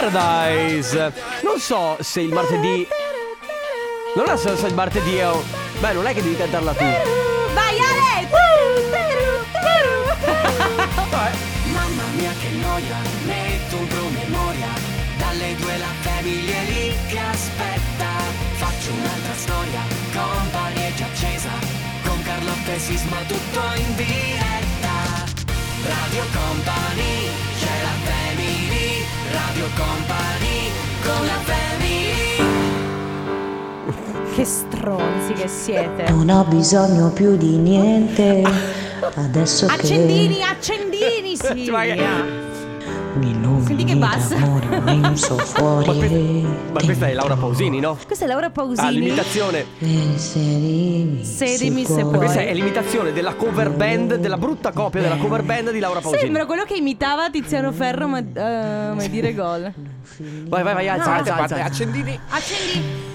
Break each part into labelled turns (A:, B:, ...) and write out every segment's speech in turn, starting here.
A: Paradise. Non so se il martedì. Non lo so se il martedì è. un- Beh, non è che devi cantarla tu.
B: Vai Ale!
C: Mamma mia che noia, metto un promemoria Dalle due la famiglia è lì che aspetta Faccio un'altra storia, company è già accesa Con Carlotta e Sisma tutto in diretta Radio Company, c'è la family Radio Company, con la family
B: Che stronzi che siete!
D: Non ho bisogno più di niente. Adesso
B: Accendini, accendini, Silvia!
D: che mi illumini
B: Senti che bassa.
D: d'amore, non so
A: Ma, que-
D: fuori.
A: ma questa è Laura Pausini, no?
B: Questa è Laura
A: Ah,
B: Pausini.
A: l'imitazione.
D: Sedimi,
B: Sedimi se
D: puoi.
A: Questa è l'imitazione della cover band, della brutta copia della cover band di Laura Pausini.
B: Sembra quello che imitava Tiziano Ferro, ma, eh, ma dire gol.
A: Vai, vai, vai, alza,
B: No.
A: alza, alza.
E: Accendini.
B: Accendi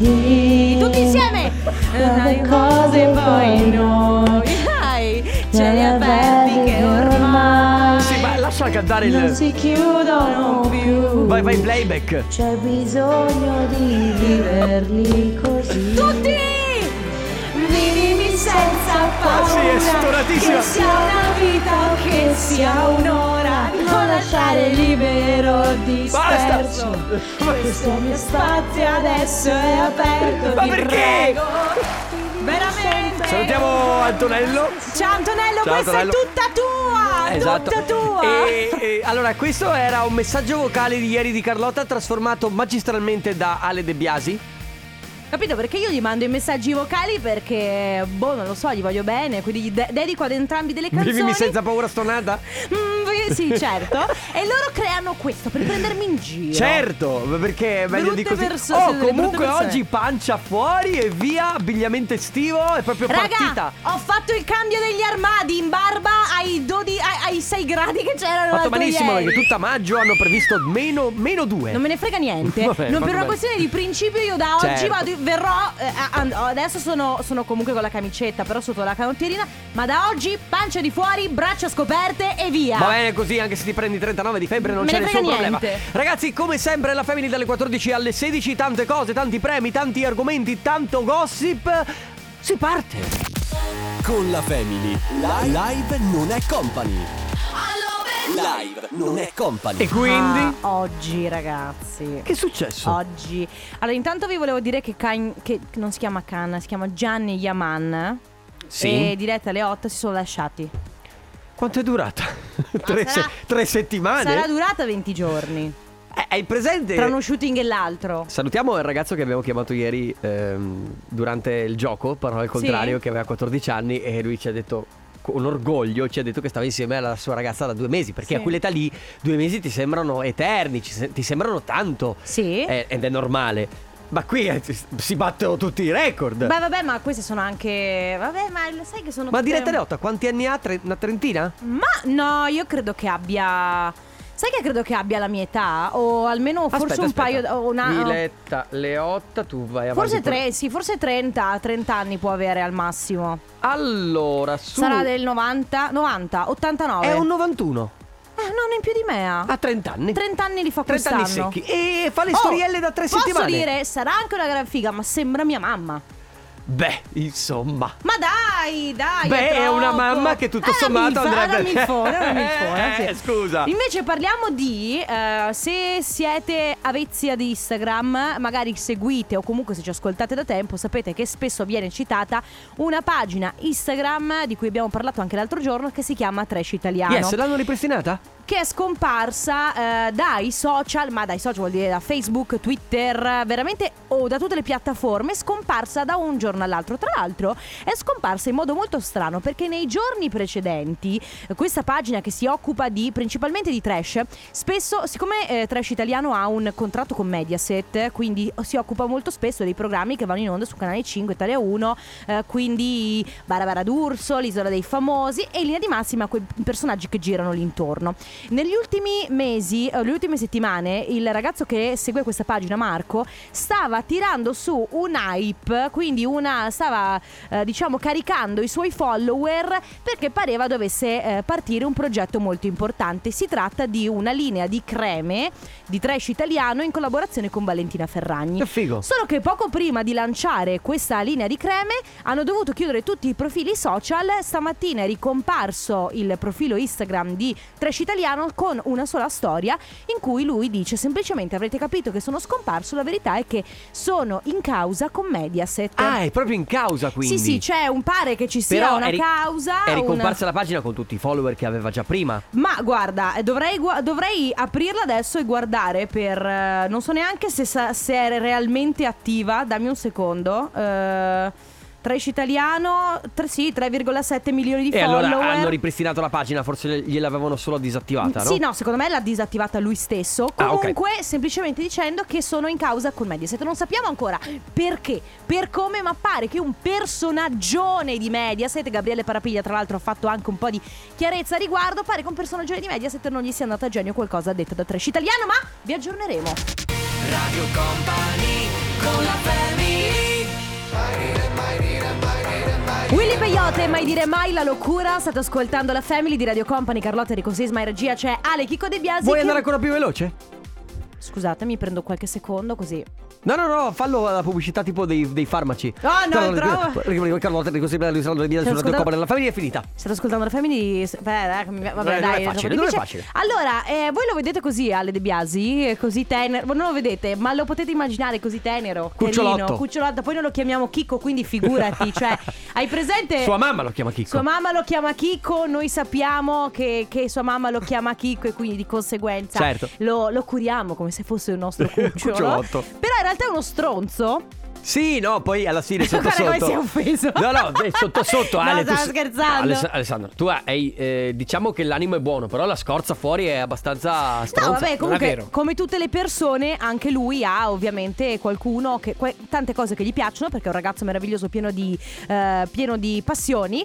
D: E
B: tutti insieme!
D: Quante cose poi
B: noi. Dai, cieli
D: la
B: aperti
D: vedi
B: Cioè, che ormai
A: Sì, ma lascia cantare
D: non
A: il.
D: si chiudono più.
A: Vai, vai, playback.
D: C'è bisogno di viverli così.
B: Tutti!
D: Vivimi senza paura.
A: Ah, sì, è
D: Che
A: stonatissima.
D: sia una vita o che sia un'ora. Non lasciare libero
A: Basta!
D: disperso. Questo mio spazio adesso è aperto.
A: Ma
D: ti
A: perché?
D: prego.
B: Veramente!
A: Salutiamo Antonello.
B: Ciao Antonello,
A: Ciao,
B: questa
A: Antonello. Esatto.
B: è tutta tua! Tutta tua!
A: E, e, allora, questo era un messaggio vocale di ieri di Carlotta trasformato magistralmente da Ale De Biasi.
B: Capito? Perché io gli mando i messaggi vocali perché, boh, non lo so, gli voglio bene, quindi gli de- dedico ad entrambi delle canzoni.
A: Vivimi senza paura stonata.
B: Mm, vi- sì, certo. e loro creano questo per prendermi in giro.
A: Certo, perché è meglio di
B: Brutte
A: così.
B: perso- siete
A: oh,
B: delle brutte
A: comunque
B: persone.
A: oggi pancia fuori e via, abbigliamento estivo, è proprio
B: Raga,
A: partita.
B: ho fatto il cambio degli armadi in barba ai, 12 ai, 6 gradi che c'erano
A: Fatto
B: l'altro
A: benissimo
B: ieri.
A: perché tutta maggio hanno previsto meno, meno due.
B: Non me ne frega niente.
A: Eh. Vabbè,
B: non
A: fatto
B: per una
A: bene.
B: questione di principio io da oggi
A: Certo.
B: vado, verrò. eh, a- and- adesso sono, sono comunque con la camicetta, però sotto la canotierina. Ma da oggi pancia di fuori, braccia scoperte e via.
A: Va bene così, anche se ti prendi 39 di febbre non
B: Me
A: c'è
B: ne
A: nessun
B: frega
A: problema.
B: niente.
A: Ragazzi, come sempre la Family dalle 14 alle 16, tante cose, tanti premi, tanti argomenti, tanto gossip. Si parte.
E: Con la family. Live, non è company. Live non è company.
A: E quindi
B: Ah, oggi, ragazzi.
A: che è successo?
B: Oggi. Allora, intanto vi volevo dire che, Kan- che non si chiama Khan, si chiama Gianni Yaman. E diretta alle 8 si sono lasciati.
A: Quanto è durata? tre,
B: sarà-
A: se- tre settimane?
B: Sarà durata 20 giorni.
A: Eh, Hai presente?
B: Tra uno shooting e l'altro.
A: Salutiamo il ragazzo che abbiamo chiamato ieri ehm, durante il gioco, parole al contrario, che aveva 14 anni e lui ci ha detto con orgoglio ci ha detto che stava insieme alla sua ragazza da due mesi perché
B: Sì.
A: a quell'età lì due mesi ti sembrano eterni ci se- ti sembrano tanto
B: Sì.
A: Eh, ed è normale ma qui eh, si- si battono tutti i record
B: Beh, vabbè, ma queste sono anche. Vabbè, ma il- sai che sono.
A: ma
B: tutte-
A: diretta Leotta quanti anni ha? Tre- una trentina?
B: Ma no, io credo che abbia. Sai che credo che abbia la mia età? O almeno forse
A: Aspetta,
B: un
A: aspetta.
B: paio. o Una, oh,
A: Diletta Leotta tu vai avanti
B: forse
A: con-
B: tre, sì, forse 30, 30 anni può avere al massimo.
A: allora su
B: Sarà del 90, 90, 89.
A: è un 91
B: Eh, no, non è più di me. ha.
A: ha 30 anni
B: 30 anni li fa
A: 30 anni
B: quest'anno.
A: secchi e fa le
B: Oh,
A: storielle da tre settimane.
B: Posso dire, sarà anche una gran figa, ma sembra mia mamma.
A: Beh, insomma.
B: Ma dai, dai.
A: Beh, è
B: troppo.
A: una mamma che tutto
B: È una
A: sommato
B: milfona,
A: andrebbe-
B: È una milfona, è una milfona, sì.
A: Eh, scusa.
B: Invece parliamo di eh, se siete avezzi ad Instagram, magari seguite o comunque se ci ascoltate da tempo, sapete che spesso viene citata una pagina Instagram di cui abbiamo parlato anche l'altro giorno che si chiama Trash Italiano
A: Yes, l'hanno ripristinata?
B: che è scomparsa eh, dai social, ma dai social vuol dire da Facebook, Twitter, veramente o da tutte le piattaforme, scomparsa da un giorno all'altro. Tra l'altro è scomparsa in modo molto strano perché nei giorni precedenti eh, questa pagina che si occupa di principalmente di trash, spesso siccome eh, Trash Italiano ha un contratto con Mediaset, quindi si occupa molto spesso dei programmi che vanno in onda su Canale 5, Italia 1, eh, quindi Barbara d'Urso, l'Isola dei Famosi e in linea di massima quei personaggi che girano l'intorno. Negli ultimi mesi, eh, le ultime settimane, il ragazzo che segue questa pagina, Marco, stava tirando su un hype, quindi una stava eh, diciamo caricando i suoi follower perché pareva dovesse eh, partire un progetto molto importante. Si tratta di una linea di creme di trash italiano in collaborazione con Valentina Ferragni.
A: Che figo.
B: Solo che poco prima di lanciare questa linea di creme hanno dovuto chiudere tutti i profili social. Stamattina è ricomparso il profilo Instagram di Trash Italiano con una sola storia in cui lui dice semplicemente avrete capito che sono scomparso, la verità è che sono in causa con Mediaset.
A: Ah, è proprio in causa quindi.
B: Sì, sì, c'è un pare che ci sia
A: Però
B: una
A: è ri-
B: causa.
A: È
B: una-
A: ricomparsa la pagina con tutti i follower che aveva già prima.
B: ma guarda, eh, dovrei, gua- dovrei aprirla adesso e guardare per... eh, non so neanche se, sa- se è realmente attiva, dammi un secondo. Eh, trash italiano, tre- sì, 3,7 milioni di
A: e
B: follower.
A: allora hanno ripristinato la pagina, forse gliel'avevano solo disattivata, no?
B: Sì, no, secondo me l'ha disattivata lui stesso.
A: Ah, ok.
B: Comunque, semplicemente dicendo che sono in causa con Mediaset. Non sappiamo ancora perché, per come, ma pare che un personaggione di Mediaset, Gabriele Parapiglia, tra l'altro, ha fatto anche un po' di chiarezza a riguardo. Pare che un personaggione di Mediaset non gli sia andata a genio qualcosa detto da Trash Italiano, ma vi aggiorneremo.
C: Radio Company con la family
B: Willy Peyote, mai dire mai la locura. State ascoltando la Family di Radio Company, Carlotta Enrico Sisma in regia, c'è Ale Chicco De Biasi.
A: Vuoi
B: che-
A: andare ancora più veloce?
B: Scusatemi, prendo qualche secondo così.
A: No, no, no, fallo alla pubblicità tipo dei, dei farmaci.
B: Ah, no, trovo- Cioè,
A: Perché Carlotta di così per Alessandro Via
B: Ti ho
A: sulla tua
B: ascoltato-
A: della famiglia è finita.
B: State ascoltando la Family di- Beh, eh, vabbè,
A: non è
B: dai, insomma,
A: facile, non è
B: dice-
A: facile.
B: Allora, eh, voi lo vedete così Ale De Biasi, eh, così tenero. Non lo vedete, ma lo potete immaginare così tenero,
A: Cucciolotto.
B: carino, cucciolotto. Poi noi lo chiamiamo Chicco, quindi figurati, cioè hai presente
A: Sua mamma lo chiama Chicco.
B: Sua mamma lo chiama Chicco, noi sappiamo che, che sua mamma lo chiama Chicco e quindi di conseguenza
A: Certo.
B: lo, lo curiamo come se fosse il nostro cucciolo.
A: Cucciolotto.
B: Però in realtà è uno stronzo
A: Sì, no, poi alla fine sotto
B: Guarda
A: sotto.
B: come si è offeso.
A: No, no, beh, sotto sotto,
B: No,
A: Ale. tu
B: stavo
A: sei-
B: scherzando.
A: Aless- Alessandro, tu hai. eh, diciamo che l'animo è buono, però la scorza fuori è abbastanza stronza.
B: No, vabbè,
A: Non è
B: comunque,
A: vero.
B: come tutte le persone, anche lui ha ovviamente qualcuno che que- tante cose che gli piacciono, perché è un ragazzo meraviglioso pieno di, eh, pieno di passioni.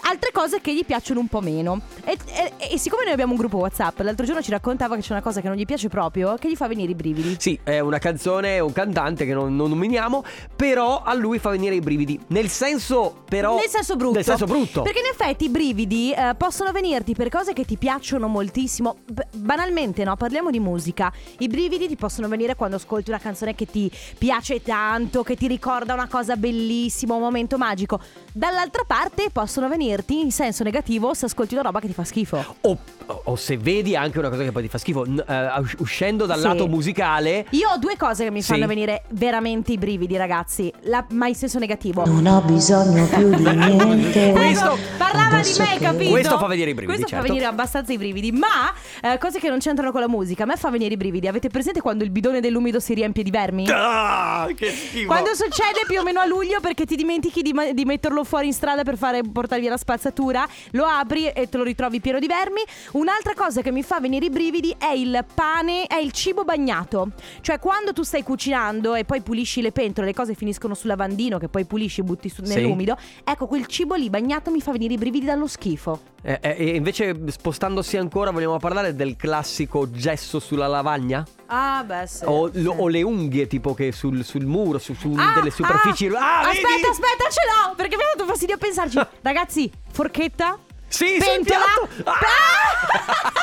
B: Altre cose che gli piacciono un po' meno. E, e- e siccome noi abbiamo un gruppo WhatsApp, l'altro giorno ci raccontava che c'è una cosa che non gli piace proprio, che gli fa venire i brividi.
A: Sì, è una canzone, un cantante che non, non nominiamo, però a lui fa venire i brividi. Nel senso, però.
B: Nel senso brutto.
A: Nel senso brutto.
B: Perché in effetti i brividi eh, possono venirti per cose che ti piacciono moltissimo. B- banalmente, no? Parliamo di musica. I brividi ti possono venire quando ascolti una canzone che ti piace tanto, che ti ricorda una cosa bellissima, un momento magico. Dall'altra parte possono venirti in senso negativo se ascolti una roba che ti fa schifo.
A: O, o se vedi anche una cosa che poi ti fa schifo, n- eh, us- uscendo dal
B: Sì.
A: lato musicale.
B: Io ho due cose che mi
A: Sì.
B: fanno venire veramente i brividi, ragazzi. La- ma in senso negativo.
F: Non ho bisogno più di niente.
A: Questo-
B: Ecco, parlava di
F: Adesso
B: me,
F: che-
B: capito?
A: Questo fa venire i brividi,
B: Questo
A: certo.
B: fa venire abbastanza i brividi, ma eh, cose che non c'entrano con la musica, a me fa venire i brividi. Avete presente quando il bidone dell'umido si riempie di vermi?
A: Ah, che schifo.
B: Quando succede più o meno a luglio perché ti dimentichi di, ma- di metterlo fuori in strada per fare, portare via la spazzatura, lo apri e te lo ritrovi pieno di vermi. Un'altra cosa che mi fa venire i brividi è il pane, è il cibo bagnato. Cioè quando tu stai cucinando e poi pulisci le pentole, le cose finiscono sul lavandino che poi pulisci e butti su-
A: Sì.
B: nell'umido. Ecco, quel cibo lì bagnato mi fa venire i brividi dallo schifo.
A: Eh, eh, e invece spostandosi ancora vogliamo parlare del classico gesso sulla lavagna?
B: Ah, beh, sì.
A: o, lo- o le unghie tipo che sul, sul muro, su, su
B: Ah,
A: delle superfici...
B: ah,
A: Ah, vedi?
B: aspetta, aspetta, ce l'ho! Perché mi ha dato fastidio a pensarci. Ragazzi, forchetta?
A: Sì, sul
B: pentola?
A: piatto! Ah!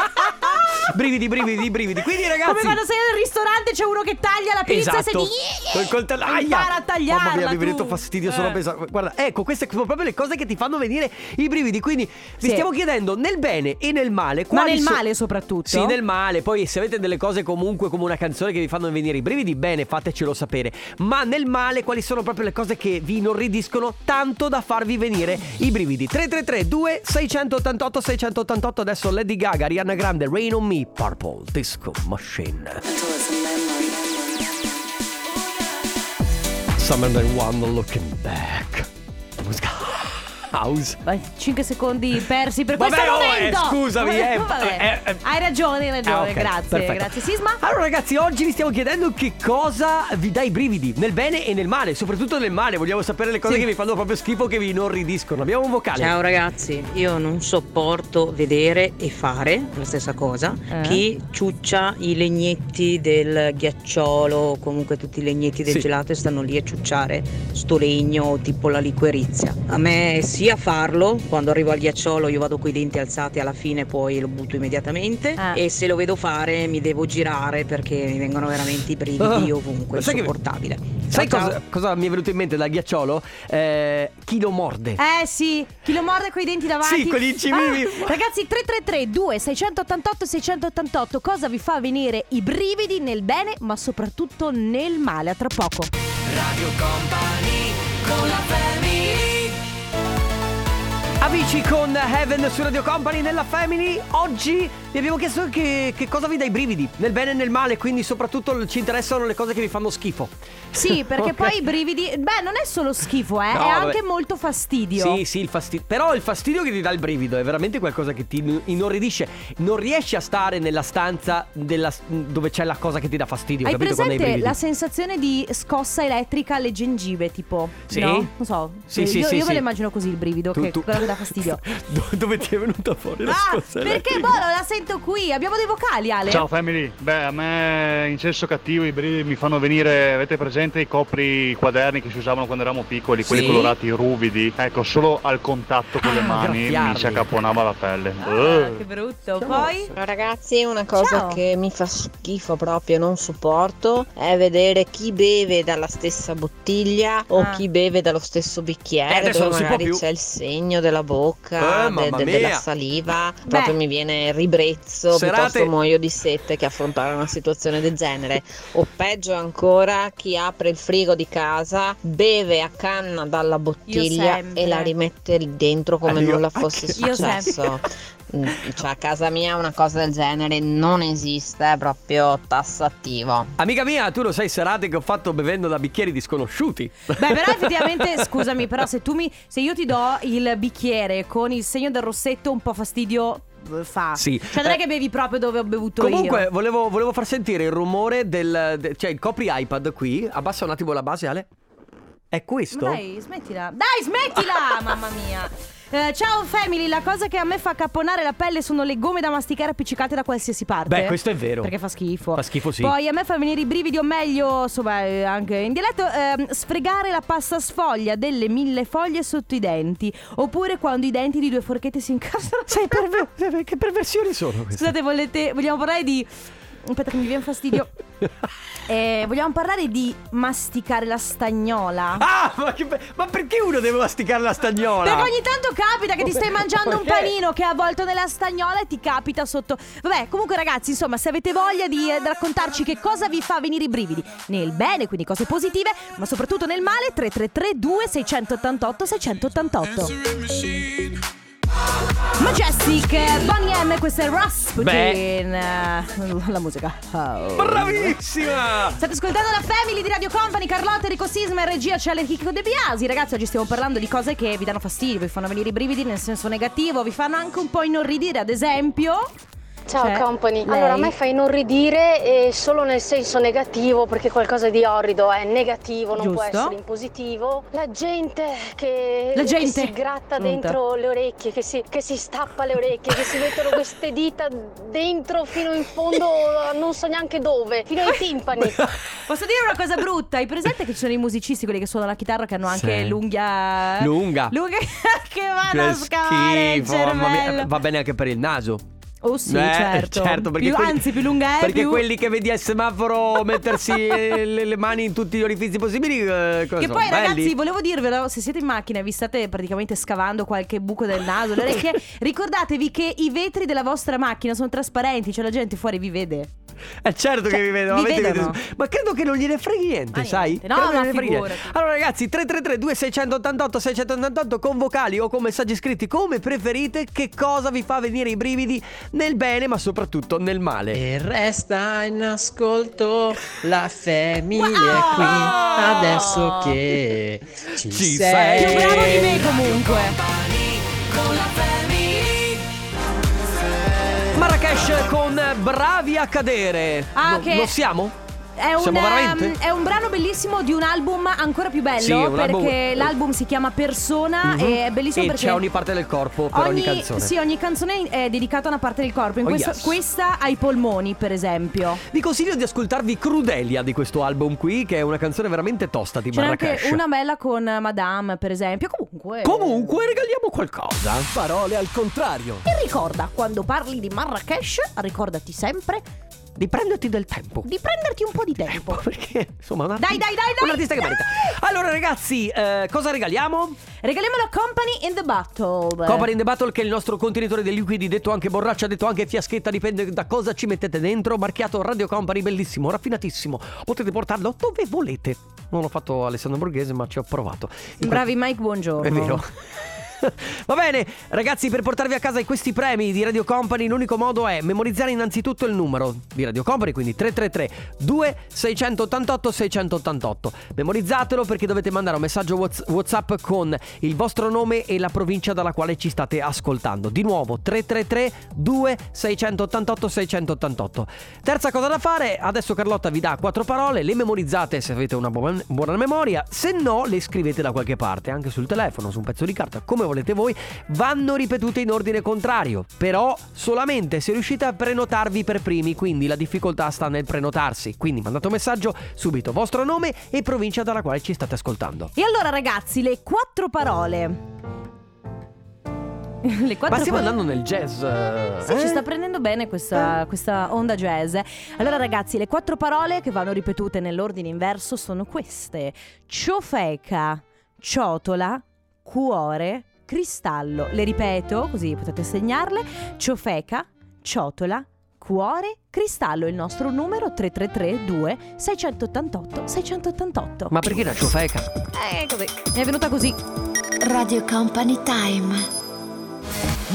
A: brividi, brividi, brividi. Quindi ragazzi...
B: Come quando sei al ristorante c'è uno che taglia la pizza e
A: Esatto,
B: sei
A: col coltello Aia!
B: Impara a tagliarla
A: Mamma mia, mi è venuto
B: tu.
A: fastidio
B: Eh.
A: solo a pensare. Guarda, ecco, queste sono proprio le cose che ti fanno venire i brividi. Quindi vi
B: Sì.
A: stiamo chiedendo nel bene e nel male. Quali
B: nel
A: so-
B: male soprattutto.
A: Sì, nel male. Poi se avete delle cose comunque come una canzone che vi fanno venire i brividi, bene, fatecelo sapere. Ma nel male, quali sono proprio le cose che vi inorridiscono tanto da farvi venire i brividi? 333 2688 688 adesso Lady Gaga, Arianna Grande, Rain on Me, Purple Disco Machine. Summer Night One Looking Back. Musica. house.
B: 5 secondi persi per
A: Vabbè,
B: questo
A: oh,
B: momento.
A: eh, scusami, eh,
B: Vabbè.
A: eh, eh.
B: Hai ragione, hai ragione.
A: Ah, ok,
B: grazie,
A: perfetto.
B: grazie Sisma.
A: Allora ragazzi, oggi vi stiamo chiedendo che cosa vi dà i brividi, nel bene e nel male, soprattutto nel male, vogliamo sapere le cose che vi fanno proprio schifo, che vi inorridiscono. Abbiamo un vocale.
G: Ciao ragazzi, io non sopporto vedere e fare la stessa cosa
B: Eh.
G: chi ciuccia i legnetti del ghiacciolo o comunque tutti i legnetti del
A: Sì.
G: gelato e stanno lì a ciucciare sto legno tipo la liquerizia. A me sia farlo, quando arrivo al ghiacciolo io vado coi denti alzati alla fine poi lo butto immediatamente
B: Ah.
G: e se lo vedo fare mi devo girare perché mi vengono veramente i brividi
A: Ah.
G: ovunque,
A: Sai che-
G: insopportabile.
A: Sai
G: Ciao, ciao.
A: cosa, cosa mi è venuto in mente dal ghiacciolo? Eh, chi lo morde?
B: Eh sì, chi lo morde coi denti davanti.
A: Sì, con gli incivili.
B: Ah, ragazzi, 333 2688 688 cosa vi fa venire i brividi nel bene, ma soprattutto nel male. A tra poco.
A: Amici con Heaven su Radio Company nella Family, oggi vi abbiamo chiesto che, che cosa vi dà i brividi, nel bene e nel male, quindi soprattutto ci interessano le cose che vi fanno schifo.
B: Sì, perché
A: Ok.
B: poi i brividi. Beh, non è solo schifo, eh,
A: No,
B: è
A: vabbè.
B: anche molto fastidio.
A: Sì, sì, il fastidio. Però il fastidio che ti dà il brivido è veramente qualcosa che ti inorridisce. Non riesci a stare nella stanza della- dove c'è la cosa che ti dà fastidio.
B: Hai
A: capito? Quando hai i brividi.
B: presente la sensazione di scossa elettrica alle gengive, tipo?
A: Sì.
B: No? Non so.
A: Sì,
B: io
A: sì,
B: io
A: sì,
B: me
A: sì.
B: lo immagino così il brivido,
A: Tu-
B: che
A: tu-
B: quello che dà fastidio.
A: Do- dove ti è venuta fuori la
B: ah,
A: scossa
B: perché
A: elettrica?
B: boh, la sento qui. Abbiamo dei vocali, Ale.
H: Ciao family, beh a me in senso cattivo i brividi mi fanno venire, avete presente i copri quaderni che si usavano quando eravamo piccoli, quelli
A: Sì.
H: colorati ruvidi? Ecco, solo al contatto con le
A: Ah,
H: mani mi
A: graffiarli.
H: si accaponava la pelle.
B: Ah,
H: Eh.
B: che brutto. Poi.
I: Allora, Ragazzi, una cosa
B: Ciao.
I: che mi fa schifo proprio, non supporto, è vedere chi beve dalla stessa bottiglia o
B: Ah.
I: chi beve dallo stesso
A: Eh,
I: bicchiere,
A: adesso
I: dove
A: non si può
I: magari
A: più.
I: c'è il segno della bocca,
A: Eh, mamma mia.
I: della saliva, proprio mi viene ribrezzo,
A: Serate-
I: piuttosto muoio di sette che affrontare una situazione del genere. O peggio ancora, chi apre il frigo di casa, beve a canna dalla bottiglia
B: sempre.
I: e la rimette lì dentro come
A: Io-
I: nulla fosse
A: anche-
B: Io sempre.
I: successo. Mm, Cioè, a casa mia una cosa del genere non esiste, è proprio tassativo.
A: Amica mia, tu lo sai, serate che ho fatto bevendo da bicchieri di sconosciuti.
B: Beh, però effettivamente, scusami, però se tu mi. Se io ti do il bicchiere con il segno del rossetto, un po' fastidio eh, fa.
A: Sì.
B: Cioè, non
A: Eh,
B: è che bevi proprio dove ho bevuto
A: Comunque,
B: io.
A: volevo, volevo far sentire il rumore del. de- cioè, il copri iPad qui. Abbassa un attimo la base, Ale. È questo?
B: Ma dai, smettila. Dai, smettila, mamma mia. Eh, ciao family, la cosa che a me fa caponare la pelle sono le gomme da masticare appiccicate da qualsiasi parte.
A: Beh, questo è vero.
B: Perché fa schifo.
A: Fa schifo, sì.
B: Poi a me fa venire i brividi, o meglio, insomma, eh, anche in dialetto, ehm, sfregare la pasta sfoglia delle mille foglie sotto i denti. Oppure quando i denti di due forchette si incastrano.
A: Sei perver- che perversioni sono queste?
B: Scusate, volete, vogliamo parlare di. Aspetta, che mi viene fastidio. Eh, vogliamo parlare di masticare la stagnola.
A: Ah, ma, che be- ma perché uno deve masticare la stagnola?
B: Perché ogni tanto capita che ti stai mangiando un
A: Perché?
B: panino che è avvolto nella stagnola e ti capita sotto. Vabbè, comunque, ragazzi, insomma, se avete voglia di eh, raccontarci che cosa vi fa venire i brividi, nel bene, quindi cose positive, ma soprattutto nel male, 3332 688 688. Majestic, Bonnie M, questo è Rasputin. Eh, La musica. Oh.
A: Bravissima!
B: State ascoltando la Family di Radio Company, Carlotta, Enrico Sisma e regia c'è le Chicco De Biasi. Ragazzi, oggi stiamo parlando di cose che vi danno fastidio, vi fanno venire i brividi nel senso negativo, vi fanno anche un po' inorridire, ad esempio.
J: Ciao
B: Cioè,
J: company,
B: lei-
J: allora a me fa inorridire eh, solo nel senso negativo perché qualcosa di orrido è negativo, non può
B: Giusto.
J: essere in positivo. La gente che,
B: La
J: che
B: gente.
J: si gratta
B: Punto.
J: dentro le orecchie, che si, che si stappa le orecchie, che si mettono queste dita dentro fino in fondo, eh, non so neanche dove, fino ai timpani.
B: Posso dire una cosa brutta? Hai presente che ci sono i musicisti, quelli che suonano la chitarra, che hanno anche
A: Sì.
B: l'unghia.
A: Lunga.
B: Lunga che vanno a
A: Che
B: scavare il
A: schifo, mamma mia.
B: cervello.
A: Va bene anche per il naso.
B: Oh sì,
A: Eh,
B: certo.
A: perché
B: Più-
A: quelli-
B: Anzi, più lunga è
A: Perché
B: più...
A: quelli che vedi al semaforo mettersi eh, le, le mani in tutti gli orifizi possibili. eh, cosa
B: Che
A: sono?
B: poi
A: Belli?
B: ragazzi volevo dirvelo Se siete in macchina e vi state praticamente scavando qualche buco del naso Le orecchie Ricordatevi che i vetri della vostra macchina sono trasparenti Cioè la gente fuori vi vede
A: Eh certo
B: Cioè,
A: che mi vedono,
B: vi
A: avete
B: vedono.
A: visto? ma credo che non gliene freghi niente,
B: Ma
A: sai?
B: niente, no,
A: Credo che
B: ma
A: non gliene freghi niente.
B: figurati.
A: Allora ragazzi, 333 2688 688 con vocali o con messaggi scritti come preferite, che cosa vi fa venire i brividi nel bene, ma soprattutto nel male.
K: E resta in ascolto la famiglia è qui
A: Wow!
K: adesso che ci,
A: Ci
K: sei.
A: Eh.
B: Più bravo di me comunque.
A: Marrakesh con Bravi a cadere.
B: Ah,
A: No-
B: che-
A: Lo siamo?
B: È un,
A: Siamo veramente?
B: ehm, è un brano bellissimo di un album ancora più bello
A: Sì, un
B: perché
A: album-
B: l'album si chiama Persona
A: Mhm.
B: e Ah, è bellissimo
A: e
B: perché
A: c'è ogni parte del corpo per ogni, canzone.
B: Sì, ogni canzone è dedicata a una parte del corpo. In
A: Oh,
B: questo-
A: yes.
B: Questa ai polmoni, per esempio.
A: Vi consiglio di ascoltarvi Crudelia di questo album qui, che è una canzone veramente tosta di
B: C'è
A: Marrakesh.
B: anche una bella con eh, Madame, per esempio. Comunque.
A: Comunque, regaliamo qualcosa.
E: Parole al contrario.
B: E ricorda, quando parli di Marrakesh, ricordati sempre
A: Di prenderti del tempo.
B: di prenderti un po' di tempo.
A: Perché, insomma, un arti-
B: Dai, dai, dai, dai!
A: Eh, un artista che
B: dai!
A: merita. Allora, ragazzi, eh, cosa regaliamo?
B: Regaliamolo a Company in the Battle.
A: Company in the Battle, che è il nostro contenitore dei liquidi, detto anche borraccia, detto anche fiaschetta, dipende da cosa ci mettete dentro. Marchiato Radio Company, bellissimo, raffinatissimo. Potete portarlo dove volete. Non l'ho fatto Alessandro Borghese, ma ci ho provato. In quel-
B: Bravi Mike, buongiorno.
A: È vero. Va bene, ragazzi, per portarvi a casa questi premi di Radio Company, l'unico modo è memorizzare innanzitutto il numero di Radio Company, quindi 333 2688 688. Memorizzatelo perché dovete mandare un messaggio Whats- WhatsApp con il vostro nome e la provincia dalla quale ci state ascoltando. Di nuovo 333 2688 688. Terza cosa da fare, adesso Carlotta vi dà quattro parole, le memorizzate se avete una buona, buona memoria, se no le scrivete da qualche parte, anche sul telefono, su un pezzo di carta, come volete voi, vanno ripetute in ordine contrario, però solamente se riuscite a prenotarvi per primi, quindi la difficoltà sta nel prenotarsi, quindi mandate un messaggio subito, vostro nome e provincia dalla quale ci state ascoltando.
B: E allora, ragazzi, le quattro parole. Le quattro
A: Ma stiamo
B: parole-
A: andando nel jazz. eh?
B: Sì, ci sta prendendo bene questa, questa onda jazz. Allora, ragazzi, le quattro parole che vanno ripetute nell'ordine inverso sono queste: ciofeca, ciotola, cuore, cristallo. Le ripeto, così potete segnarle: ciofeca, ciotola, cuore, cristallo. Il nostro numero 3332 688 688.
A: Ma perché la ciofeca?
B: Eh, così. Mi è venuta così.
L: Radio Company Time.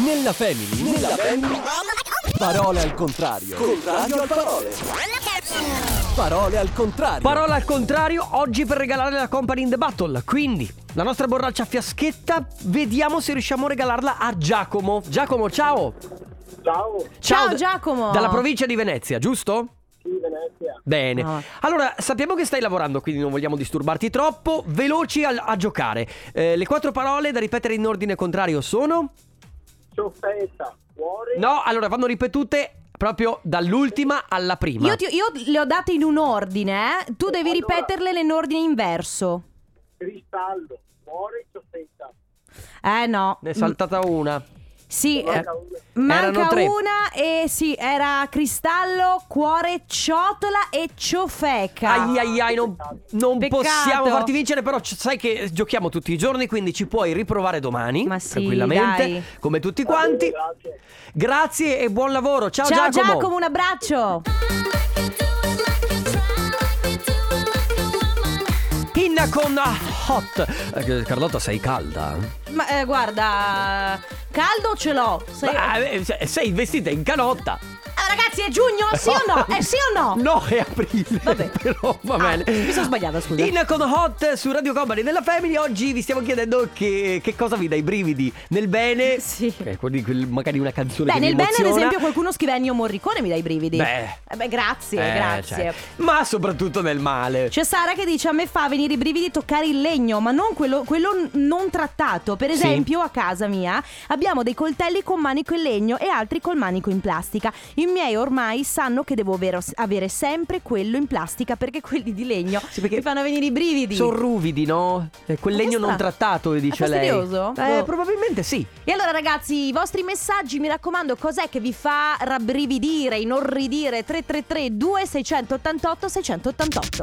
E: Nella family. Nella family. Parole al contrario. Contrario al parole. Parole al contrario.
A: Parola al contrario, oggi per regalare la Company in the Battle. Quindi, la nostra borraccia a fiaschetta, vediamo se riusciamo a regalarla a Giacomo. Giacomo, ciao!
M: Ciao,
B: Ciao,
A: d-
B: Giacomo.
A: Dalla provincia di Venezia, giusto?
M: sì, Venezia.
A: Bene.
B: Ah.
A: Allora, sappiamo che stai lavorando, quindi non vogliamo disturbarti troppo. Veloci al- a giocare. Eh, le quattro parole da ripetere in ordine contrario sono?
M: Ciofeca, cuore.
A: No, allora vanno ripetute proprio dall'ultima alla prima.
B: Io, ti- io le ho date in un ordine, eh. tu devi ripeterle in ordine inverso.
M: Cristallo, cuore, ciofeca.
B: Eh no.
A: Ne è saltata una.
B: Mm, Sì, eh,
M: Manca una.
A: Erano
B: manca
A: tre.
B: una e sì, era cristallo, cuore, ciotola e ciofeca.
A: Ai ai ai, non, non
B: Peccato.
A: possiamo farti vincere, però c- sai che giochiamo tutti i giorni, quindi ci puoi riprovare domani,
B: Ma sì,
A: tranquillamente,
B: dai.
A: come tutti quanti.
M: Grazie.
A: Grazie e buon lavoro. Ciao,
B: Ciao
A: Giacomo.
B: un abbraccio.
A: Inna con Hot. Eh, Carlotta, sei calda?
B: Ma eh, guarda, caldo ce l'ho. Sei-
A: Ma, eh, se- sei vestita in canotta.
B: Ah, ragazzi, è giugno, sì o no? Eh sì o no?
A: No, è aprile.
B: Vabbè.
A: Però va
B: Ah,
A: bene.
B: mi sono sbagliata, scusa.
A: In con Hot su Radio Company della Family oggi vi stiamo chiedendo che, che cosa vi dà i brividi nel bene.
B: Sì.
A: Eh, quelli- quel- magari una canzone
B: Beh,
A: che vi
B: nel bene, ad
A: emoziona.
B: esempio, qualcuno scrive Ennio Morricone mi dai i brividi.
A: Beh.
B: Eh, beh, grazie,
A: Eh,
B: grazie.
A: cioè, ma soprattutto nel male.
B: C'è Sara che dice a me fa venire i brividi toccare il legno, ma non quello, quello n- non trattato. Per
A: Sì.
B: esempio a casa mia abbiamo dei coltelli con manico in legno e altri col manico in plastica. I miei ormai sanno che devo avere, avere sempre quello in plastica perché quelli di legno
A: Sì, perché
B: mi fanno venire i brividi.
A: Sono ruvidi, no? Eh, Quel
B: Cioè, Ma che
A: legno non
B: strano.
A: trattato, dice
B: È
A: lei.
B: fastidioso?
A: Eh,
B: Boh.
A: probabilmente sì.
B: e allora ragazzi, i vostri messaggi, mi raccomando, cos'è che vi fa rabbrividire, inorridire? 333 2688 688.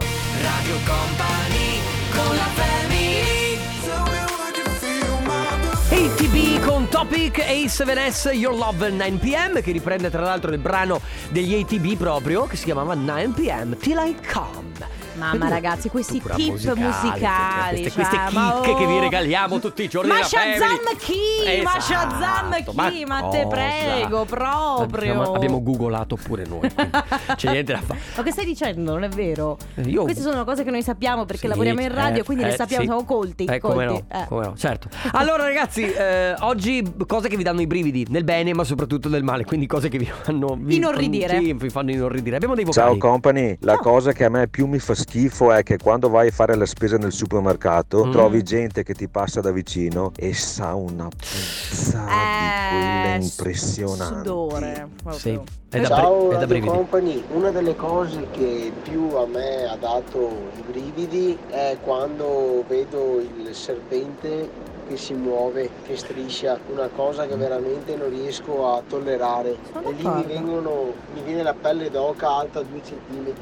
A: E ATB con Topic Ace Venice Your Love 9pm che riprende tra l'altro il brano degli ATB proprio che si chiamava 9pm Till I Come.
B: Mamma ragazzi, questi
A: Cultura
B: tip
A: musicale,
B: musicali.
A: Queste, queste
B: cioè, ma
A: chicche che
B: oh.
A: vi regaliamo tutti i giorni.
B: Ma
A: nella Family.
B: Shazam chi? Ma
A: Esatto,
B: Shazam chi? Ma te
A: cosa?
B: prego, proprio.
A: Abbiamo, abbiamo googolato pure noi. quindi C'è niente da fare.
B: Ma che stai dicendo? Non è vero.
A: Io-
B: Queste sono cose che noi sappiamo perché
A: Sì,
B: lavoriamo in radio,
A: eh,
B: quindi
A: eh,
B: le sappiamo,
A: sì.
B: siamo colti.
A: Eh, come
B: colti.
A: no,
B: Eh.
A: come no, certo. Allora, ragazzi, eh, oggi cose che vi danno i brividi, nel bene, ma soprattutto nel male, quindi cose che vi fanno vi-
B: Inorridire.
A: Sì, vi fanno inorridire. Abbiamo dei vocali.
N: Ciao company, la cosa che a me più mi fa schifo è che quando vai a fare la spesa nel supermercato
A: Mm.
N: trovi gente che ti passa da vicino e sa una puzza
B: Eh,
N: di quella impressionante.
B: Sudore. proprio.
N: Sì.
A: È da bri- è
M: Ciao
A: da
M: Radio
A: brividi.
M: Company, una delle cose che più a me ha dato i brividi è quando vedo il serpente che si muove, che striscia, una cosa che veramente non riesco a tollerare. e lì mi,
B: d'accordo.
M: vengono, mi viene la pelle d'oca alta 2 cm.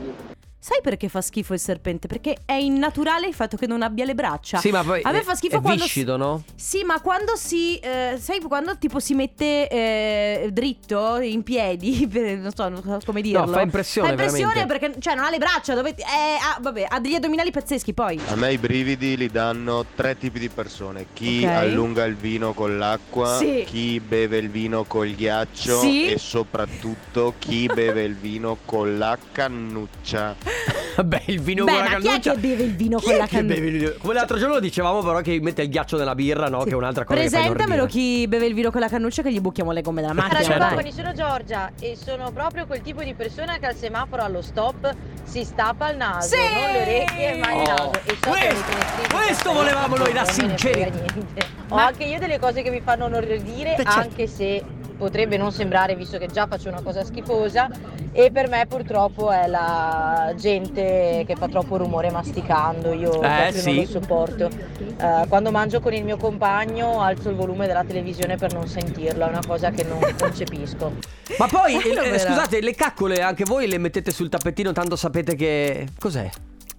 B: Sai perché fa schifo il serpente? Perché è innaturale il fatto che non abbia le braccia.
A: Sì, ma poi
B: a me
A: è-
B: fa schifo
A: è
B: quando
A: viscido, no?
B: Sì, ma quando si eh, sai quando tipo si mette eh, dritto in piedi, per- non so, non so come dirlo.
A: fa impressione,
B: Fa impressione
O: veramente.
B: perché cioè non ha le braccia, dovete eh ah, vabbè, ha degli addominali pazzeschi poi.
O: A me i brividi li danno tre tipi di persone: chi
B: Ok.
O: allunga il vino con l'acqua,
B: Sì.
O: chi beve il vino col ghiaccio
B: Sì.
O: e soprattutto chi beve il vino con la cannuccia.
A: Vabbè, il vino
B: Beh,
A: con
B: ma
A: la
B: chi è
A: cannuccia.
B: che beve il vino
A: Chi
B: con
A: è
B: la
A: che
B: cannuccia?
A: beve il- Come l'altro giorno dicevamo però che mette il ghiaccio nella birra, no? Che è un'altra cosa
B: Presentamelo
A: che
B: chi beve il vino con la cannuccia che gli buchiamo le gomme della macchina.
P: Radio
A: Certo.
P: Company, sono Giorgia e sono proprio quel tipo di persona che al semaforo allo stop si stappa il naso,
B: Sì!
P: non le orecchie, ma il
A: Oh,
P: naso. E so
A: questo-
P: che avete un estivo
A: questo
P: per-
A: volevamo noi, la
P: non me ne
A: sincerità.
P: frega niente. Ho
A: Ma-
P: anche io delle cose che mi fanno inorridire,
A: Beh, certo.
P: anche se potrebbe non sembrare, visto che già faccio una cosa schifosa, e per me purtroppo è la gente che fa troppo rumore masticando, io proprio
A: sì.
P: non lo sopporto. Eh, quando mangio con il mio compagno alzo il volume della televisione per non sentirlo, è una cosa che non concepisco.
A: Ma poi, eh,
P: Davvero?
A: scusate, le caccole anche voi le mettete sul tappettino, tanto sapete che... Cos'è?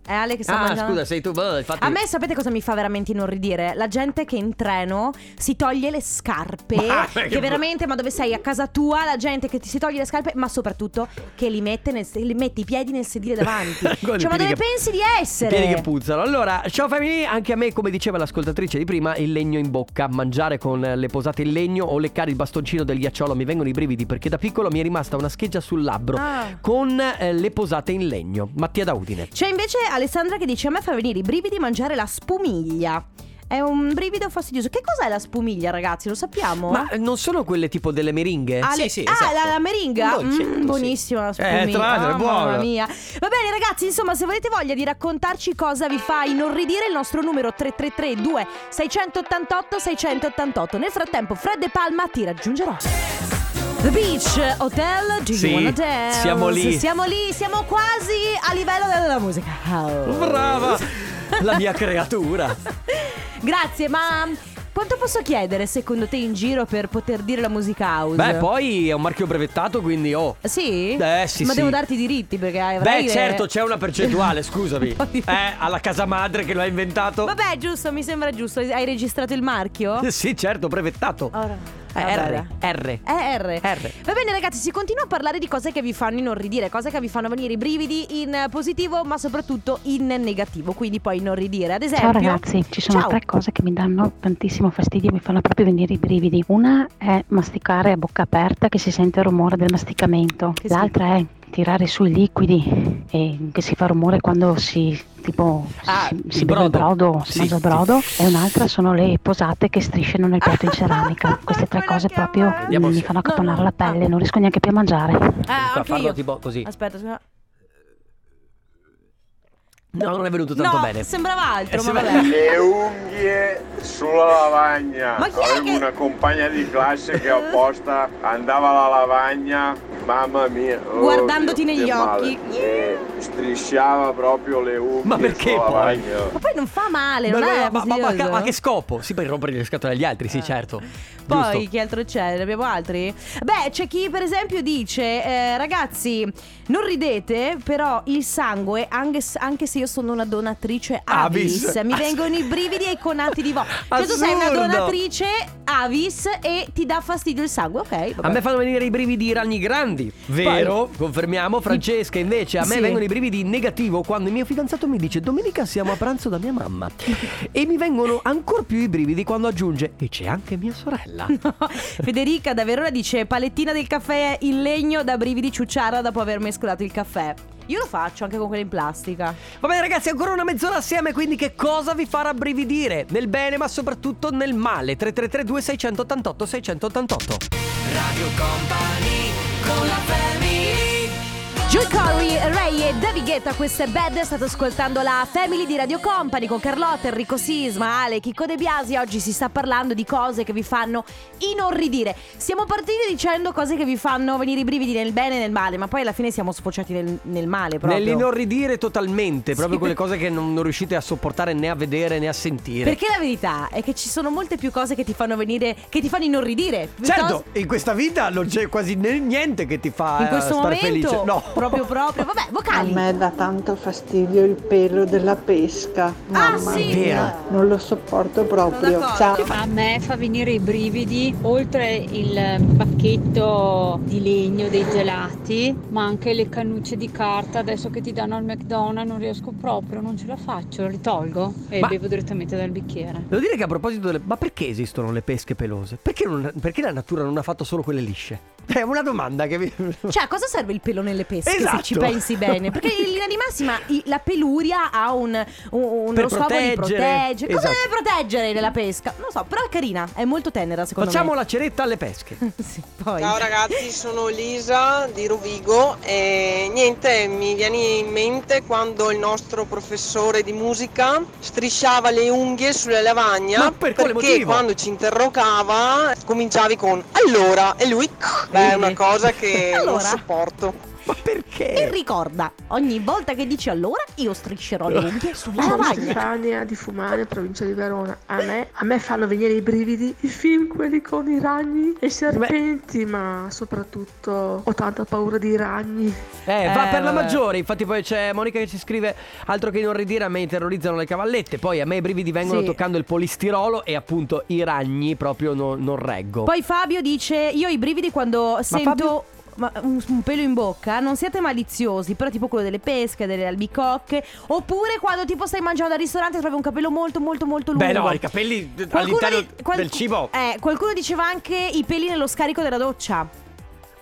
B: Eh, Ale che sta
A: ah,
B: mangiando.
A: scusa, sei tu. boh, infatti-
B: A me sapete cosa mi fa veramente inorridire? La gente che in treno si toglie le scarpe.
A: Ma-
B: che veramente, ma dove sei? A casa tua, la gente che ti si toglie le scarpe, ma soprattutto che li mette, nel, li mette i piedi nel sedile davanti.
A: Con i
B: cioè,
A: piedi
B: ma dove
A: che-
B: pensi di
A: I
B: essere?
A: Piedi che puzzano. Allora, ciao family, anche a me, come diceva l'ascoltatrice di prima, il legno in bocca, mangiare con le posate in legno o leccare il bastoncino del ghiacciolo mi vengono i brividi perché da piccolo mi è rimasta una scheggia sul labbro
B: Ah.
A: con eh, le posate in legno. Mattia da Udine.
B: C'è invece Alessandra che dice: A me fa venire i brividi mangiare la spumiglia. È un brivido fastidioso. Che cos'è la spumiglia, ragazzi? Lo sappiamo?
A: Ma eh, non sono quelle tipo delle meringhe?
B: Oh. Ah, le- ah, la, la meringa?
A: esatto. Un dolcetto,
B: Mm,
A: sì.
B: buonissima la
A: Eh,
B: spumina.
A: tra l'altro, è
B: Ah,
A: buona.
B: Mamma mia. Va bene, ragazzi, insomma, se avete voglia di raccontarci cosa vi fa inorridire, il nostro numero 333 2 688 688. Nel frattempo, Fred De Palma ti raggiungerà. The Beach Hotel, do you
A: Sì,
B: wanna dance?
A: siamo lì.
B: Siamo lì, siamo quasi a livello della musica. Oh. house.
A: Brava! La mia creatura.
B: Grazie, ma quanto posso chiedere secondo te in giro per poter dire la musica house?
A: Beh, poi è un marchio brevettato, quindi oh.
B: Sì?
A: Eh, sì,
B: Ma
A: sì.
B: devo darti i diritti perché hai avrai
A: Beh,
B: le-
A: certo, c'è una percentuale, scusami.
B: Poi-
A: Eh, alla casa madre che l'ha inventato.
B: Vabbè, giusto, mi sembra giusto. Hai registrato il marchio?
A: Sì, certo, brevettato.
B: Ora.
A: Eh,
B: Vabbè,
A: R, R.
B: Eh, R.
A: R.
B: Va bene ragazzi, si continua a parlare di cose che vi fanno inorridire, cose che vi fanno venire i brividi in eh, positivo ma soprattutto in negativo, quindi poi inorridire. Ad esempio...
Q: Ciao ragazzi, ci sono
B: Ciao.
Q: tre cose che mi danno tantissimo fastidio e mi fanno proprio venire i brividi. Una è masticare a bocca aperta che si sente il rumore del masticamento. L'altra è tirare sui liquidi e che si fa rumore quando si tipo si, si
R: Ah, il
Q: beve il
R: brodo.
Q: brodo, si mangia il brodo e un'altra sono le posate che strisciano nel piatto in ceramica. Queste tre cose proprio mi fanno accapponare la pelle, non riesco neanche più a mangiare.
B: Ah,
A: Fa-
B: anche
A: farlo
B: io.
A: tipo così.
B: Aspetta, scusa.
A: No, non è venuto tanto
B: no,
A: bene.
B: sembrava altro,
A: Eh,
B: ma
A: sembra-
B: vabbè.
S: Le unghie sulla lavagna.
B: Ma chi è
S: Avevo
B: che-
S: una compagna di classe che apposta andava alla lavagna, mamma mia. oh
B: Guardandoti
S: Dio,
B: negli
S: che male.
B: occhi.
S: E strisciava proprio le unghie
A: Ma perché
S: sulla
A: poi?
S: lavagna.
B: Ma poi non fa male,
A: Ma,
B: non è
A: ma- ma- ma- ma-
B: fastidioso? Eh.
A: ma che scopo? Sì, per rompere le scatole agli altri, sì, certo.
B: Poi
A: Giusto.
B: chi altro c'è? Ne abbiamo altri? Beh, c'è chi per esempio dice eh, Ragazzi, non ridete, però il sangue, anche, s- anche se io sono una donatrice
A: Avis.
B: avis, mi vengono i brividi e i conati di voce Cioè tu sei una
A: Assurdo.
B: donatrice Avis e ti dà fastidio il sangue, ok?
A: A me fanno venire i brividi i ragni grandi, vero? Confermiamo. Francesca, invece, a me
B: Sì.
A: vengono i brividi in negativo quando il mio fidanzato mi dice domenica siamo a pranzo da mia mamma. e mi vengono ancora più i brividi quando aggiunge e c'è anche mia sorella.
B: Federica da Verona dice palettina del caffè in legno da brividi ciucciara dopo aver mescolato il caffè. Io lo faccio anche con quella in plastica.
A: Va bene ragazzi, ancora una mezz'ora assieme, quindi che cosa vi farà brividire? Nel bene ma soprattutto nel male. 3332 688 688.
C: Radio Company con la family
B: Joy Corey, Ray e David Guetta, questa è Bad, state ascoltando la Family di Radio Company con Carlotta, Enrico Sisma, Ale, Chicco De Biasi. Oggi si sta parlando di cose che vi fanno inorridire. Siamo partiti dicendo cose che vi fanno venire i brividi nel bene e nel male, ma poi alla fine siamo sfociati nel, nel male proprio.
A: Nell'inorridire totalmente, proprio
B: Sì.
A: quelle cose che non, non riuscite a sopportare né a vedere né a sentire.
B: Perché la verità è che ci sono molte più cose che ti fanno venire, che ti fanno inorridire.
A: Certo,
B: piuttosto-
A: in questa vita non c'è quasi ne- niente che ti fa
B: In questo
A: eh, star
B: momento,
A: felice. No.
B: proprio proprio, vabbè,
R: A
B: vocali.
R: me dà tanto fastidio il pelo della pesca.
B: Ah,
R: Mamma
B: sì?
R: mia, non lo sopporto proprio. Ciao.
T: A me fa venire i brividi, oltre il pacchetto di legno dei gelati, ma anche le cannucce di carta adesso che ti danno al McDonald's non riesco proprio, non ce la faccio, li tolgo e
A: Ma-
T: bevo direttamente dal bicchiere.
A: Devo dire che a proposito delle... Ma perché esistono le pesche pelose? Perché, non- perché la natura non ha fatto solo quelle lisce? È una domanda che vi...
B: Cioè, a cosa serve il pelo nelle pesche
A: Esatto.
B: se ci pensi bene? Perché in linea di massima i- la peluria ha un, un- uno
A: Per
B: scopo di
A: proteggere.
B: proteggere. Cosa
A: Esatto.
B: deve proteggere della pesca? Non lo so, però è carina, è molto tenera secondo
A: Facciamo
B: me.
A: la ceretta alle pesche.
B: sì, poi.
U: Ciao ragazzi, sono Lisa di Rovigo e niente, mi viene in mente quando il nostro professore di musica strisciava le unghie sulla lavagna
A: Ma per quale
U: perché
A: motivo?
U: quando ci interrogava cominciavi con allora e lui beh, è una cosa che non
B: Allora.
U: sopporto.
B: E ricorda, ogni volta che dici allora, io striscerò le unghie
R: Ah,
B: sulla
V: Sono
B: lavagna.
V: Stefania di Fumare, provincia di Verona. A me, a me fanno venire i brividi i film, quelli con i ragni e i serpenti, ma soprattutto ho tanta paura dei ragni.
A: Eh, va
V: Eh,
A: per la
V: vabbè.
A: maggiore. Infatti, poi c'è Monica che ci scrive: Altro che non ridire, a me terrorizzano le cavallette. Poi a me i brividi vengono
B: Sì.
A: toccando il polistirolo e appunto i ragni proprio no- non reggo.
B: Poi Fabio dice, io ho i brividi quando sento...
A: Fabio-
B: ma- un, un pelo in bocca, non siate maliziosi, però tipo quello delle pesche, delle albicocche, oppure quando tipo stai mangiando al ristorante e trovi un capello molto molto molto lungo.
A: Beh, no, i capelli d-
B: Qualcuno
A: all'interno
B: di- qual-
A: del cibo.
B: Eh, qualcuno diceva anche i peli nello scarico della doccia.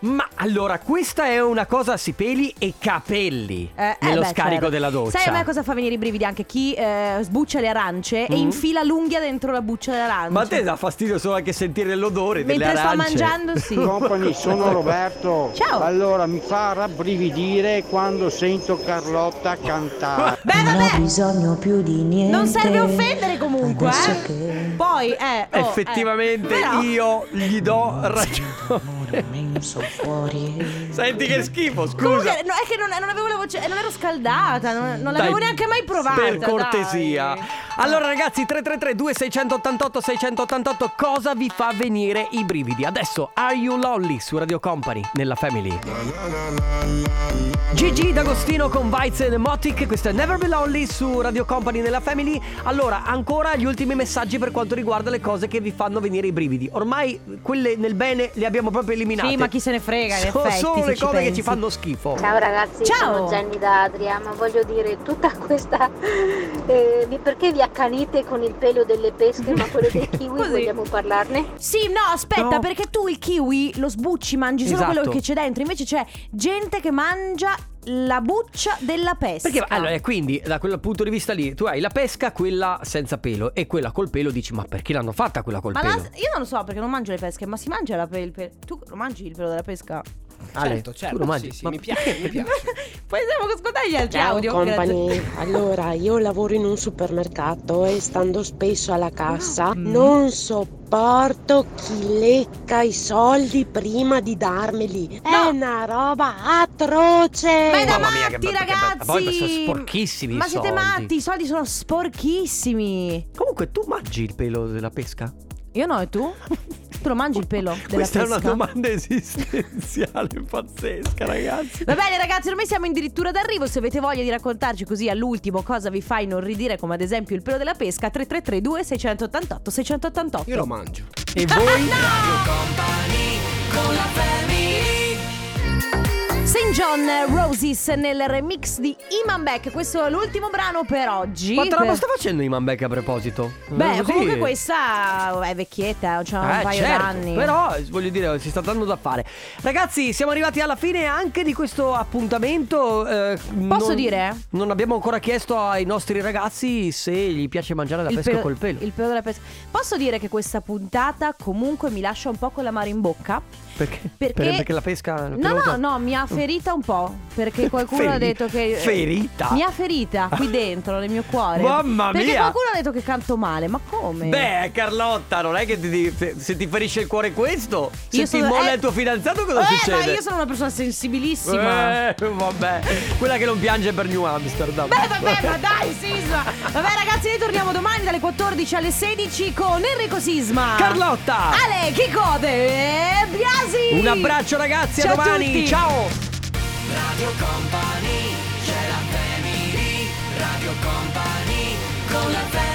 A: Ma allora, questa è una cosa: si peli e capelli
B: Eh, eh,
A: nello
B: beh,
A: scarico
B: certo.
A: della doccia.
B: Sai a me cosa fa venire i brividi? Anche chi eh, sbuccia le arance e
A: Mm.
B: infila l'unghia dentro la buccia dell'arancia.
A: Ma a te dà fastidio solo anche sentire l'odore
B: Mentre
A: delle
B: sto
A: arance.
B: mangiando, sì.
W: Company, sono Roberto.
B: Ecco. Ciao.
W: Allora, mi fa rabbrividire quando sento Carlotta cantare.
F: Non ho bisogno più di niente.
B: Non serve offendere comunque,
F: Adesso
B: eh. Poi, eh. oh, eh.
A: Effettivamente
B: Però-
A: io gli do ragione. Senti che schifo, scusa.
B: Comunque, no, è che non, non avevo la voce, non ero scaldata, non, non l'avevo
A: Dai,
B: neanche mai provata.
A: Per
B: dai.
A: cortesia. Allora ragazzi, 333 2688 688 cosa vi fa venire i brividi? Adesso Are You Lolly su Radio Company nella Family. Gigi D'Agostino con Vites and Emotic, questo è Never Be Lonely su Radio Company nella Family. Allora, ancora gli ultimi messaggi per quanto riguarda le cose che vi fanno venire i brividi. Ormai quelle nel bene le abbiamo proprio eliminate.
B: Sì, ma chi se ne frega, in
A: Sono
B: effetti,
A: solo
B: se
A: le
B: ci
A: cose che
B: pensi.
A: ci fanno schifo.
X: Ciao ragazzi,
B: Ciao.
X: sono Jenny da Adria, ma voglio dire tutta questa eh, di perché vi accanite con il pelo delle pesche, ma quello dei kiwi vogliamo parlarne?
B: Sì, no, aspetta,
X: No.
B: perché tu il kiwi lo sbucci, mangi solo
A: Esatto.
B: quello che c'è dentro. Invece c'è gente che mangia la buccia della pesca.
A: Perché allora, ecco eh, quindi da quel punto di vista lì, tu hai la pesca, quella senza pelo e quella col pelo dici "Ma perché l'hanno fatta quella col
B: ma
A: pelo?"
B: la- io non lo so perché non mangio le pesche, ma si mangia la pel- il pelo. Tu lo mangi il pelo della pesca?
A: Ale,
Y: certo,
A: tu
Y: certo,
A: lo mangi?
Y: sì, sì,
A: Ma-
Y: mi piace, mi piace.
B: Poi siamo a ascoltare gli altri
Z: Ciao
B: audio.
Z: company,
B: grazie.
Z: allora io lavoro in un supermercato e stando spesso alla
B: Ah,
Z: cassa
B: mm.
Z: non sopporto chi lecca i soldi prima di darmeli. È una roba atroce.
B: Ma è da
A: Mamma mia, che
B: matti,
A: brutta- che
B: ragazzi!
A: brutta- poi sono sporchissimi i
B: Ma siete
A: soldi.
B: matti, i soldi sono sporchissimi.
A: Comunque tu mangi il pelo della pesca?
B: Io no, e tu? te lo mangi il pelo della
A: Questa è una
B: pesca?
A: domanda esistenziale pazzesca, ragazzi.
B: Va bene ragazzi, ormai siamo addirittura d'arrivo, se avete voglia di raccontarci così all'ultimo cosa vi fa inorridire come ad esempio il pelo della pesca 3332 688 688.
A: Io lo mangio. E voi?
B: St. John Roses nel remix di Iman Beck, questo è l'ultimo brano per oggi.
A: Quanta roba
B: Per-
A: sta facendo Iman Beck a proposito?
B: Beh,
A: Eh,
B: comunque
A: sì.
B: questa è vecchietta, cioè ha un
A: Eh,
B: paio
A: certo,
B: d'anni.
A: Però eh, voglio dire, si sta dando da fare. Ragazzi, siamo arrivati alla fine anche di questo appuntamento. eh,
B: Posso
A: non-
B: dire?
A: Non abbiamo ancora chiesto ai nostri ragazzi se gli piace mangiare la pesca col pelo.
B: il pelo della pesca. Posso dire che questa puntata comunque mi lascia un po' con l'amaro in bocca?
A: Perché?
B: Perché-
A: Per- la pesca. il
B: No,
A: pelo
B: no,
A: usa-
B: no, mi ha ferita un po'. Perché qualcuno ha
A: Feri-
B: detto che. eh,
A: ferita?
B: Mi ha ferita qui dentro, nel mio cuore.
A: Mamma
B: Perché
A: mia!
B: qualcuno ha detto che canto male, ma come?
A: Beh, Carlotta, non è che ti- ti- se- se ti ferisce il cuore questo, se
B: Io
A: ti
B: sono-
A: molla
B: eh,
A: il tuo fidanzato, cosa
B: eh,
A: succede?
B: ma io sono una persona sensibilissima.
A: Eh, vabbè, quella che non piange per New Amsterdam.
B: Beh, vabbè, ma dai, Sisma! Vabbè, ragazzi, noi torniamo domani dalle 14 alle 16 con Enrico Sisma.
A: Carlotta!
B: Ale, Chicode e Biasi!
A: Un abbraccio, ragazzi,
B: Ciao
A: a
B: a
A: domani.
B: tutti.
A: Ciao!
C: Radio Company, c'è la family, Radio Company, con la family.